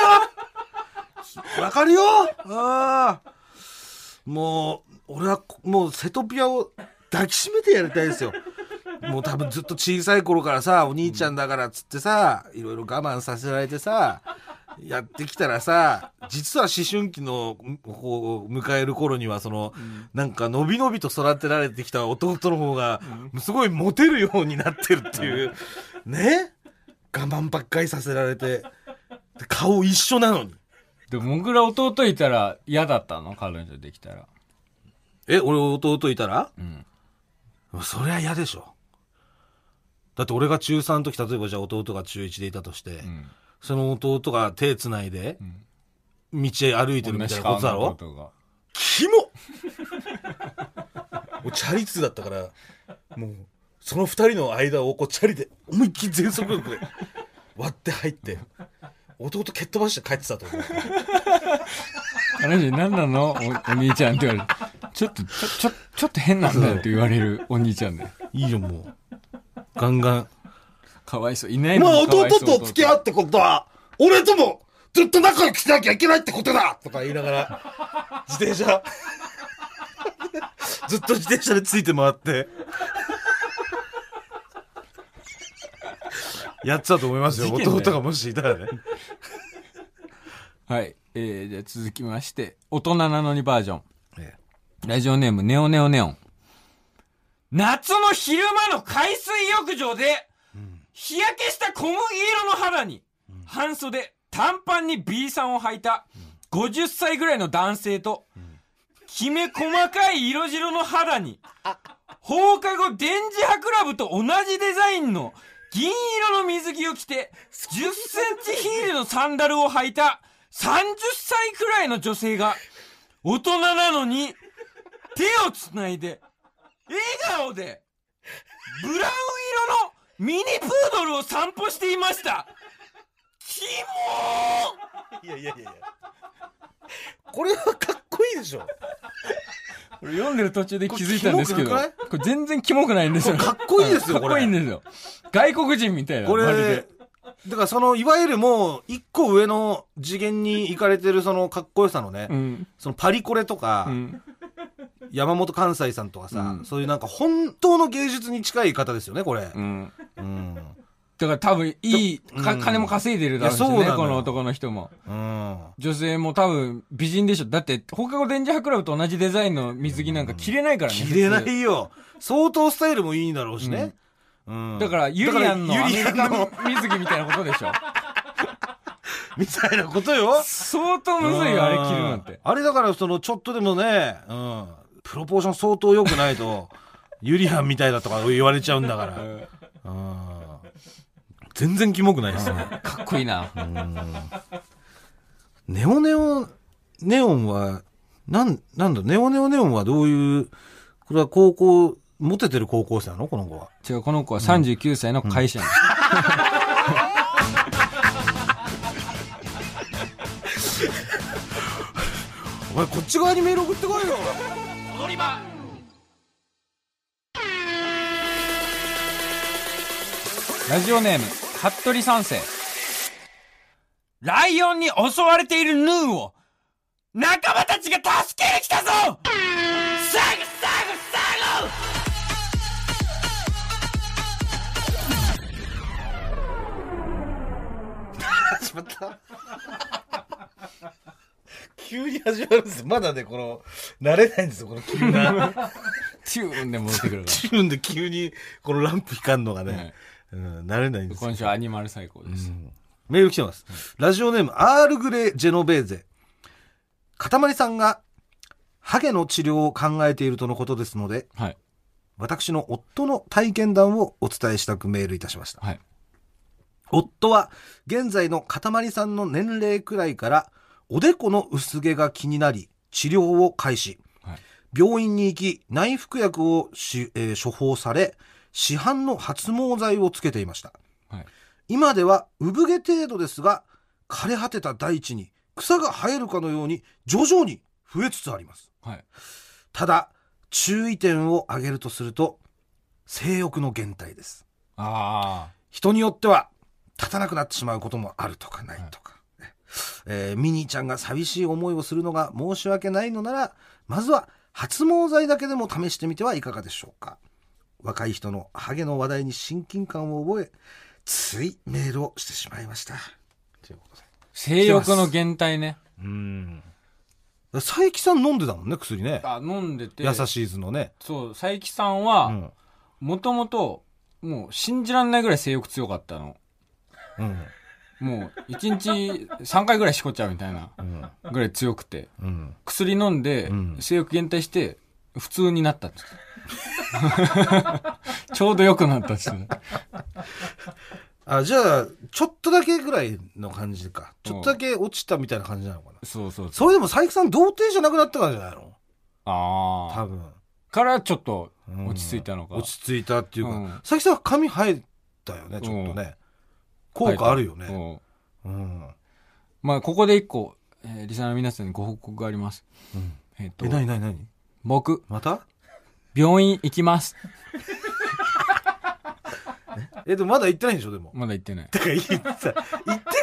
はわかるよああもう、俺は、もう、セトピアを抱きしめてやりたいですよ。もう多分ずっと小さい頃からさ、お兄ちゃんだからっつってさ、いろいろ我慢させられてさ、やってきたらさ、実は思春期の、こう、迎える頃には、その、なんか、のびのびと育てられてきた弟の方が、すごいモテるようになってるっていう、ね我慢ばっかりさせられて、顔一緒なのに。
でもモグラ弟いたら嫌だったの彼女できたら
え、俺弟いたら
うん
そりゃ嫌でしょ。だって俺が中3の時、例えばじゃあ弟が中1でいたとして、
うん
その弟が手つないで、
ん
道へ歩いてるみたいなことだ
同じ顔
ろ
の弟が
キモもうチャリ通だったから、もう、その二人の間をこうチャリで思いっきり全速力で割って入って、弟蹴っ飛ばして帰ってたと思う。
彼女何なのおお兄ちゃんって言われてちょっとちょちょちょっと変なんだよって言われるお兄ちゃんね
いいよ、もう。ガンガン。
かわいそういないの
まあ
にかわ
弟
いそう
と付き合
弟
ってことは、俺ともずっと仲良くしなきゃいけないってことだとか言いながら、自転車、 ずっと自転車でついて回って、やってたと思いますよ。
事件だよ
弟がもしいたらね。
はい、えー、じゃあ続きまして大人なのにバージョン
ええ
ラジオネーム、ネオネオネオン。夏の昼間の海水浴場で、日焼けした小麦色の肌に、半袖、短パンに B さんを履いた、50歳ぐらいの男性と、きめ細かい色白の肌に、放課後電磁波クラブと同じデザインの銀色の水着を着て、10センチヒールのサンダルを履いた30歳くらいの女性が、大人なのに、手をつないで、笑顔で、ブラウン色のミニプードルを散歩していました。キ
いやいやいやいや。これはかっこいいでしょ。
モこれ読んでる途中で
気づいたんですけどこれキモく
これ全然キモくないんです
よこれかっこいいですよこれかっこいいん
ですよ。外国人みたいな
これ、だからその、いわゆるもう、一個上の次元に行かれてるそのかっこよさのね、
ん。
そのパリコレとか、
ん。
山本関西さんとかさ、
うん
そういうなんか本当の芸術に近い方ですよね、これ。
うん。
うん。
だから多分、いい、
う
か
ん
金も稼いでるだろうしね
いやそうなのよ
この男の人も。
うん。
女性も多分、美人でしょ。だって、放課後電磁波クラブと同じデザインの水着なんか着れないからね。
切れな
普通
いよ。相当スタイルもいいんだろうしね。うん。
だから、ユリアンの
だ
ア
から
メリ
ユリアン
カ
の
の水着みたいなことでしょ。
みたいなことよ。
相当むずいよ、あれ着るなん
うん
て。
あれだから、その、ちょっとでもね、うん。プロポーション相当良くな いと、ユリアンみたいだとか言われちゃうんだから。うん。全然キモくないですね。
かっこいいな。
ネオネオネオンは、なん、なんだ、ネオネオネオンはどういう、これは高校、モテてる高校生なのこの子は。
違う、この子は39歳の会社員。
お前、こっち側にメール送ってこ いよ
ラジオネーム、服部三世。ライオンに襲われているヌーを、仲間たちが助けに来たぞサグサグ
始まった。急に始まるんですよまだねこの慣れないんですよこの急 な
チューンで戻ってくるか
自分で急にこのランプ光るのがね、
はい
うん、慣れないんで
ら
すよ
今週アニマル最高です、
メール来てます。ラジオネーム、アールグレー・ジェノベーゼ。かたまりさんが、ハゲの治療を考えているとのことですので、
はい
私の夫の体験談をお伝えしたくメールいたしました。
はい
夫は、現在のかたまりさんの年齢くらいから、おでこの薄毛が気になり、治療を開始。
はい
病院に行き、内服薬をし、えー処方され、市販の発毛剤をつけていました。
はい
今では産毛程度ですが枯れ果てた大地に草が生えるかのように徐々に増えつつあります
はい
ただ注意点を挙げるとすると性欲の減退です
あ
人によっては立たなくなってしまうこともあるとかないとか、えーミニーちゃんが寂しい思いをするのが申し訳ないのならまずは発毛剤だけでも試してみてはいかがでしょうか若い人のハゲの話題に親近感を覚えついメールをしてしまいましたということで
あ性欲の減退ね
うん佐伯さん飲んでたもんね薬ね
あ飲んでて
優しい図のね、
そう佐伯さん
う
は
ん
もともともう信じらんないぐらい性欲強かったの
うん
もう1日3回ぐらいしこっちゃうみたいな
うん
ぐらい強くて
うん、
薬飲んで
うん
性欲減退して普通になったって 言ってたちょうど良くなったっすね
あじゃあちょっとだけぐらいの感じかちょっとだけ落ちたみたいな感じなのかな
そうそうそう
それでも佐伯さん童貞じゃなくなったからじゃないの
ああ
多分、
からちょっと
うん
落ち着いたのか
落ち着いたっていうか、
うん
佐伯さんは髪生えたよねちょっとね、効果あるよね、
うん
うん
まあここで一個、えーリサーの皆さんにご報告があります
うん、
えっ、と
え何何何
僕
また
病院行きます
えでもまだ行ってないんでしょ でも
まだ行ってない
だからいいってさ行って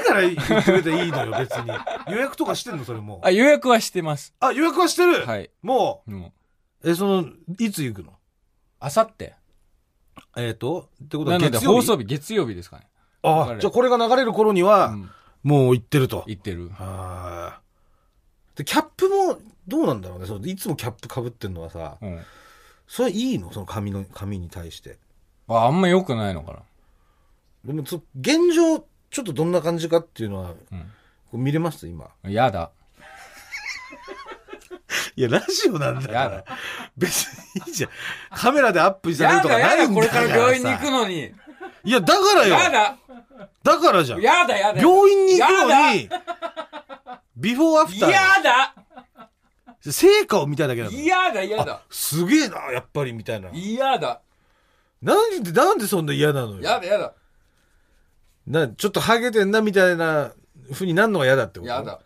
から言ってくれていいのよ別に予約とかしてんのそれもう
あ予約はしてます
あ予約はしてる、
はい
も
もう
うえそのいつ行くの
あさって
えっ、とってこと
な
は
ので
月曜日
放送日月曜日ですかね、
あじゃあこれが流れる頃に
う
は、
ん、
もう行ってると
行ってる
はーでキャップもどうなんだろうねそのいつもキャップかぶってんのはさ
うん
それいいのその髪の髪に対して
ああんま良くないのか
でもそ現状ちょっとどんな感じかっていうのは
な
こう見れます今
うんやだ
いやラジオなんだ
やだ
別にいいじゃんカメラでアップされる
や
とか
だや
ない
だ
ん
こ
だ
れ
か
からら病院
さ
に行くのに
いやだからよ
やだ
だからじゃん
やだやだ
病院に行くのにビフォーアフター
やだ
成果を見たいだけなの
やだやだ
すげえなやっぱりみたいな
やだ
なんでなんでそんな嫌なのよ
やだやだ
なちょっとハゲてんなみたいなふうになるのが嫌だってこと
やだ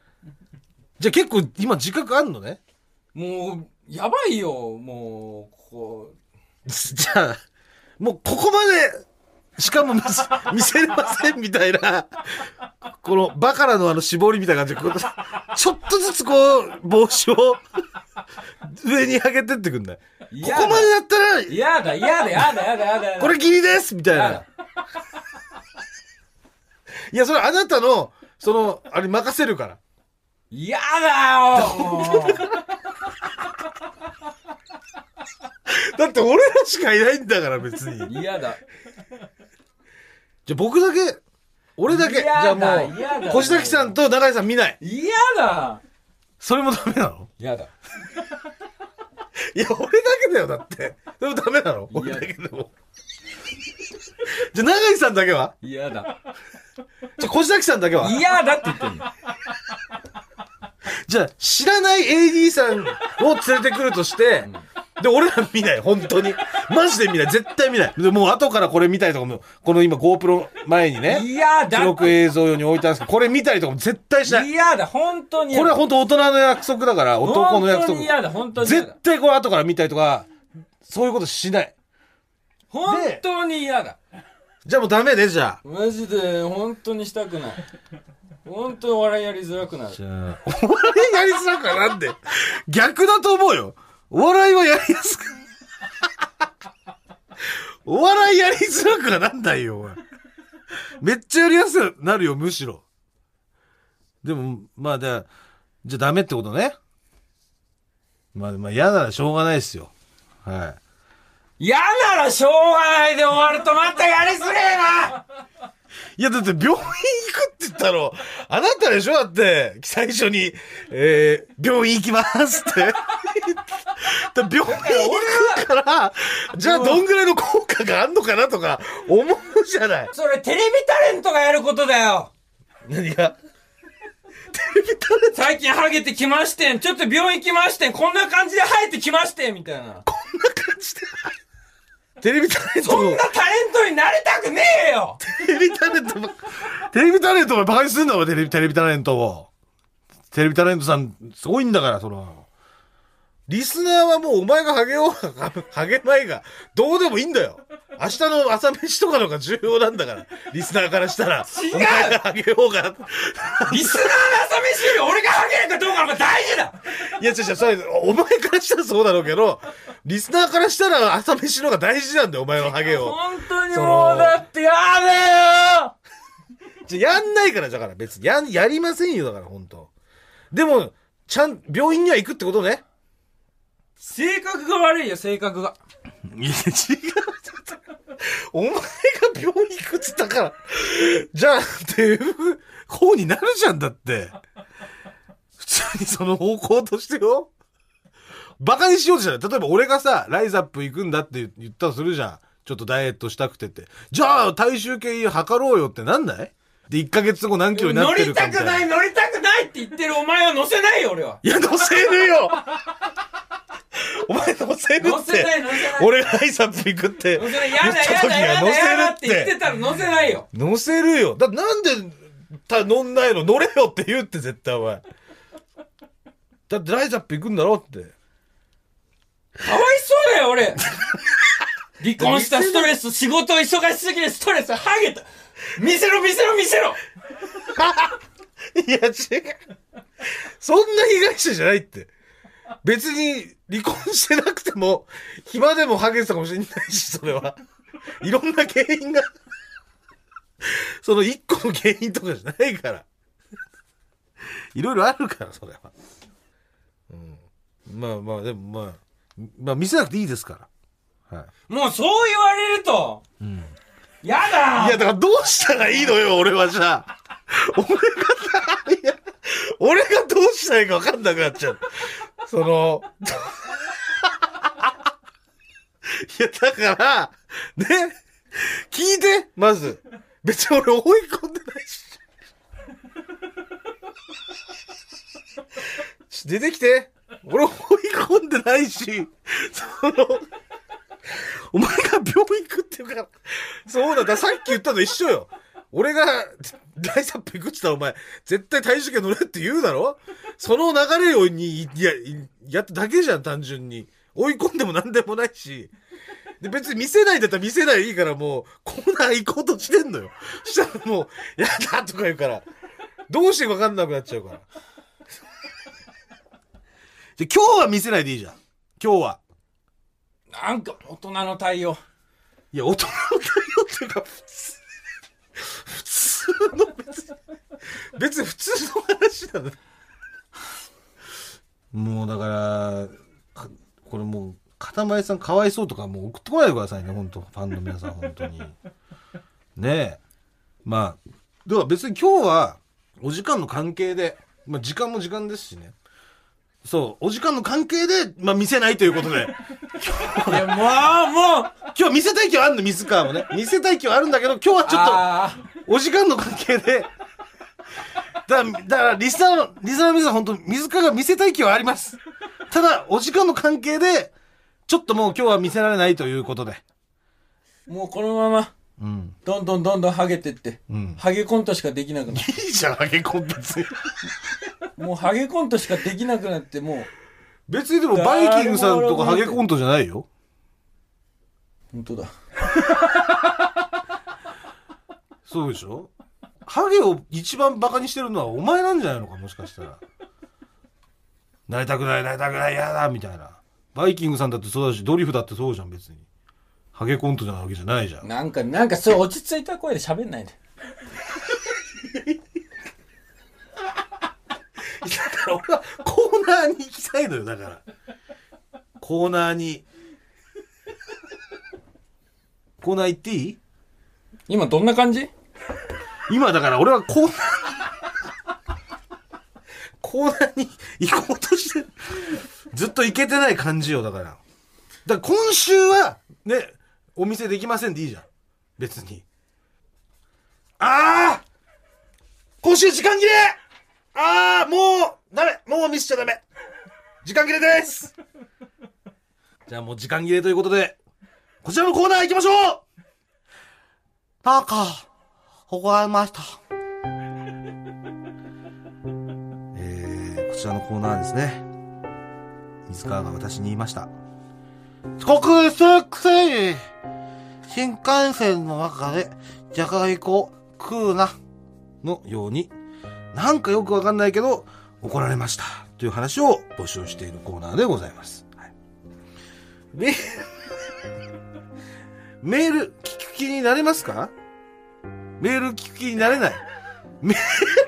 じゃあ結構今自覚あんのね
もうやばいよもうこ
じゃあもうここまでしかも見せ 見せれませんみたいなこのバカラのあの絞りみたいな感じでこうちょっとずつこう帽子を 上に上げてってくんないこ
うこ
こまでやった
や
ら
だやだやだやだやだやだ
これ君ですみたい
や
な
だ。
いや、それあなたの、その、あれ任せるから。
やだよもう
だって俺らしかいないんだから別に。
やだ
じゃあ僕だけ、俺だけ。
い
じ
や
ゃあ
だ
も
いやだ
う、越崎さんと永井さん見ない。
やだ
それもダメなの
やだ
いや、俺だけだよ、だって。それもダメなの俺だけでも。じゃあ永井さんだけは
やだ
じゃあ越崎さんだけは
やだって言ってんの
じゃあ知らない AD さんを連れてくるとして、で、俺ら見ない、本当に。マジで見ない、絶対見ない。で、もう後からこれ見たりとかも、この今 GoPro 前にね、
や
記
だ
録映像用に置いたんですけど、これ見たりとかも絶対しない。
やだ本当に
これは本当大人の約束だから、男の約
本当に嫌だ、
束。
本当に嫌
絶
だ。
対これ後から見たりとか、そういうことしない。
本当に嫌だ。
じゃあもうダメで、じゃあ。
マジで、本当にしたくない。本当にお笑いやりづらくなる。
あ、お笑いやりづらくはなんで逆だと思うよ。お笑いはやりやすく。お笑いやりづらくはなんないよ、おいめっちゃやりやすくなるよ、むしろ。でも、まあ、だからじゃあダメってことね。まあ、まあ嫌ならしょうがないですよ。はい。
嫌ならしょうがないで終わるとまたやりづれえない
や、だって病院行くって言ったろ。あなたでしょだって、最初に、えー、病院行きますって。だから病院行くから、じゃあどんぐらいの効果があんのかなとか、思うじゃない。
それテレビタレントがやることだよ
何がテレビタレント
最近ハゲてきましてんちょっと病院来ましてんこんな感じで生えてきましてんみたいな。
こんな感じで。テレビタレント
そん
も
な、タレントになりたくねえよ
テレビタレントも、テレビタレントもバカにすんだわ、テレビ、テレビタレントを。テレビタレントさん、すごいんだから、その。リスナーはもうお前がハゲようが、ハゲまいが、どうでもいいんだよ。明日の朝飯とかの方が重要なんだから、リスナーからしたら。
違う
お前がハゲよう
リスナ
が。
ーの朝飯より俺がハゲるかどうかの方が大事だ
いや、違う違う、それ、お前からしたらそうだろうけど、リスナーからしたら朝飯の方が大事なんだよ、お前のハゲを。
本当に
そ
も
の
うだってやだよ
じゃあやんないから、だから別に。やん、やりませんよ、だから、本当でも、ちゃん、病院には行くってことね。
性格が悪いよ、性格が。
いや、違う。お前が病院行くっつったから。じゃあ、っていう方になるじゃんだって。普通にその方向としてよ。バカにしようじゃない。例えば俺がさ、ライザップ行くんだって言ったとするじゃん。ちょっとダイエットしたくてって。じゃあ、体重計測ろうよってなんないで、1ヶ月後何キロになっ
乗
てる
り
か
た
みた
く
いな。
ない、乗りたくないって言ってるお前は乗せないよ、俺は。
いや、乗せるよお前乗せる
乗
っ
せ
て
ない、乗せない。
俺が挨拶行くって
乗せない、
言
や
っ
だ、や
た時
だ、や
は
だ、やだ
乗
って
せ
言って
るって
たら乗せないよ。
乗せるよだってなんでた乗んないの乗れよって言うって絶対お前だってライザップ行くんだろって
かわいそうだよ、俺。離婚したストレス、仕事忙しすぎるストレス、ハゲた。見せろ、見せろ、見せろ
いや違うそんな被害者じゃないって別に離婚してなくても暇でもハゲてたかもしれないしそれはいろんな原因がその一個の原因とかじゃないからいろいろあるからそれは、うん、まあまあでもまあまあ見せなくていいですから、は
もうそう言われると。やだ
い、いやだからどうしたらいいのよ俺はじゃあ俺がさいや俺がどうしたらいいか分かんなくなっちゃうそのいやだからね聞いてまず別に俺追い込んでないしち出てきて俺追い込んでないしそのお前が病院行くって言うからそうだださっき言ったの一緒よ俺が大サップ行くって言ったらお前絶対体重計乗れって言うだろその流れをにいやいやっただけじゃん単純に追い込んでも何でもないしで別に見せないんだったら見せないでいいからもうコーナー行こうとしてんのよしたらもう「やだ!」とか言うからどうしていいか分かんなくなっちゃうからで今日は見せないでいいじゃん今日は
なんか、大人の対応。
いや、大人の対応っていうか、普通、普通の別に、別に普通の話なんだ。もうだから、かこれもう、片前さんかわいそうとかもう送ってこないでくださいね、本当ファンの皆さん、本当に。ねえ。まあ、では別に今日は、お時間の関係で、まあ時間も時間ですしね。そう、お時間の関係で、まあ見せないということで。
いや、もう、もう
今日見せたい気はあるの、水川もね。見せたい気はあるんだけど、今日は
あー
ちょっと、お時間の関係で。だだから、リスナーの、リスナーの皆さん、本当水川が見せたい気はあります。ただ、お時間の関係で、ちょっともう今日は見せられないということで。
もうこのまま、
うん。
どんどんどんどんハゲてって、
うん
ハゲコントしかできなく なる。
いいじゃん、ハゲコン別に。
もうハゲコントしかできなくなって、もう、
別にでも、バイキングさんとかハゲコントじゃないよ。
本当だ。
そうでしょハゲを一番バカにしてるのはお前なんじゃないのかもしかしたら。なりたくない、なりたくない、やだみたいな。バイキングさんだってそうだし、ドリフだってそうじゃん、別に。ハゲコントじゃないわけじゃ ないじゃん。
なんか、なんか、それ落ち着いた声で喋んないで。
だから俺は、高いのよだからコーナーにコーナー行っていい
今どんな感じ
今だから俺はコーナーコーナーに行こうとしてるずっと行けてない感じよだからだから今週はねお店できませんでいいじゃん別にああ今週時間切れああもうダメもうミスしちゃダメ時間切れですじゃあもう時間切れということでこちらのコーナー行きましょうなんか、怒られました。 えー、こちらのコーナーですね。水川が私に言いました。遅刻するくせに、新幹線の中で、じゃがりこを食うな、のように、なんかよくわかんないけど、怒られました。という話を募集しているコーナーでございます。はい、メ メール、聞く気になれますかメール聞く気になれない。メー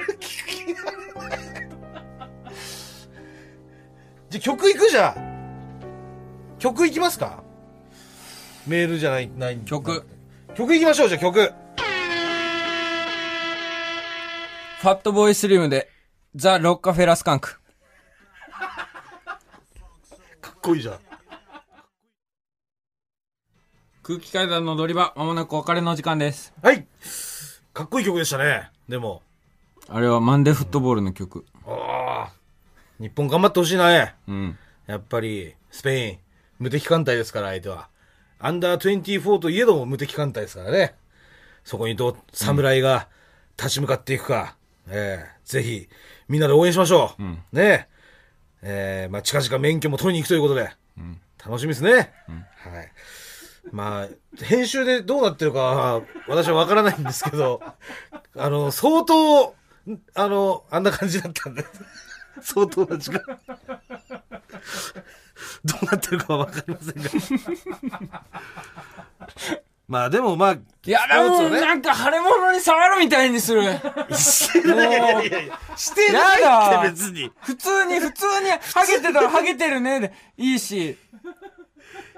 ル聞く気になれない。じゃ、曲いくじゃん。曲いきますかメールじゃない、ない。
曲。
曲いきましょう、じゃあ曲。
ファットボーイスリムで、ザ・ロッカフェラスカンク。
かっこいいじゃん。
空気階段の踊り場、まもなくお別れの時間です。
はい。かっこいい曲でしたね。でも。
あれはマンデーフットボールの曲。
ああ。日本頑張ってほしいな、ね。
うん。
やっぱり、スペイン、無敵艦隊ですから、相手は。アンダー24といえども無敵艦隊ですからね。そこにどう、侍が立ち向かっていくか。ええぜひ、みんなで応援しましょう。ねえ。ええまあ、近々免許も取りに行くということで。楽しみですね。はい。まあ、編集でどうなってるかは、私はわからないんですけど、 あの、相当、あの、あんな感じだったんで、 相当な時間。 どうなってるかはわかりませんが。 まあでもまあ、
いや、で
スポーツ
も、
をね
なんか腫れ物に触るみたいにする。
してないいやいやいやし
や
てない
だ
って別に。
普通に、普通に、ハゲてたらハゲてるねで、いいし、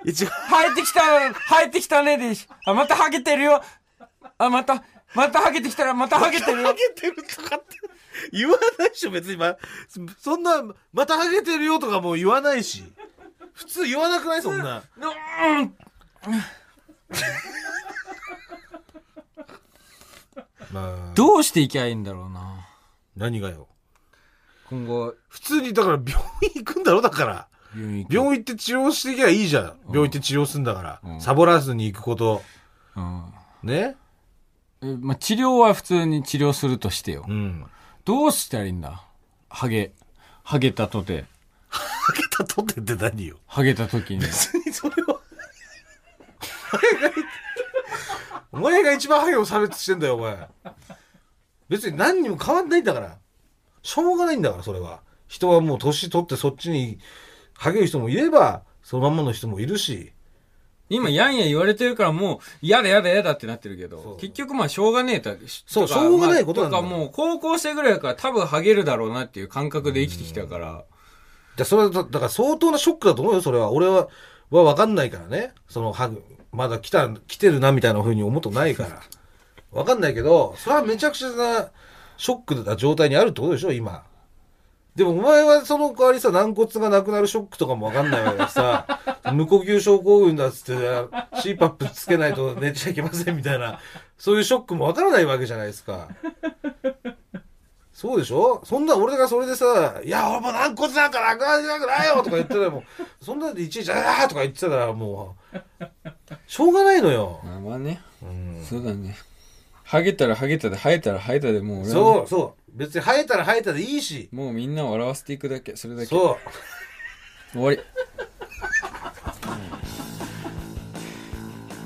一応、
生えてきた、生えてきたねでいいし、あ、またハゲてるよ。あ、また、またハゲてきたらまたハゲてる
ハ
よ。
ゲてるとかって言わないでしょ、別に。ま、そんな、またハゲてるよとかもう言わないし。普通言わなくないそんな。
うん。
まあ、
どうしていきゃいいんだろうな。
何がよ。
今後、
普通に、だから病院行くんだろ、だから。
病院行く
病院行って治療していけばいいじゃん。病院行って治療するんだから。
ん
サボらずに行くこと。
うん。
ね
えまあ、治療は普通に治療するとしてよ
う。ん。
どうしたらいいんだハゲ。ハゲたとて。
ハゲたとってって何よ。
ハゲた時に。
別にそれはお前がお前が一番ハゲを差別してんだよお前別に何にも変わんないんだからしょうがないんだからそれは人はもう年取ってそっちにハゲる人もいればそのまんまの人もいるし
今、やんや言われてるからもう、やだやだやだってなってるけ
そ
ど
う、
結局まあ、しょうがねえた
そう
とか
しょうがないことなんだ
まあとかもう、高校生ぐらいだから多分ハゲるだろうなっていう感覚で生きてきたから、
じゃあそれはだだから相当なショックだと思うよそれは俺はは分かんないからねそのハグまだ来た来てるなみたいなふうに思うとないから分かんないけどそれはめちゃくちゃなショックな状態にあるってことでしょ今でもお前はその代わりさ軟骨がなくなるショックとかも分かんないわけだしさ無呼吸症候群だっつって CPAP つけないと寝ちゃいけませんみたいなそういうショックも分からないわけじゃないですかそうでしょそんな俺がそれでさ「いや俺も軟骨なんかなくなりたくないよ」とか言ってたらもうそんなんでいちいち「ああ」とか言ってたらもうしょうがないのよ、
まあまあね、
うん、
そうだね。ハゲたらハゲたで、生えたら生えたで、もう俺はね
そうそう別に生えたら生えたでいいし
もうみんなを笑わせていくだけ、それだけ。終
そう
わり。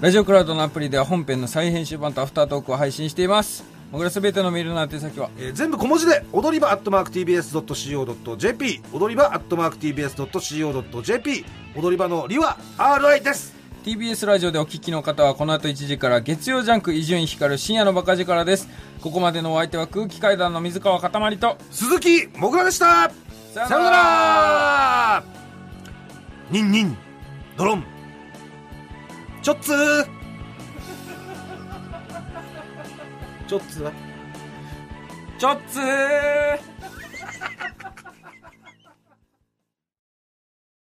ラジオクラウドのアプリでは本編の再編集版とアフタートークを配信しています。僕らすべてのメールの宛先は、
えー全部小文字で踊り場 atmarktbs.co.jp 踊り場 atmarktbs.co.jp 踊り場のりは RI です
TBS ラジオでお聞きの方はこの後1時から月曜ジャンク伊集院光る深夜のバカ力ですここまでのお相手は空気階段の水川かたまりと
鈴木もぐらでしたさよならニンニンドロンちょっつーちょっつーちょっつー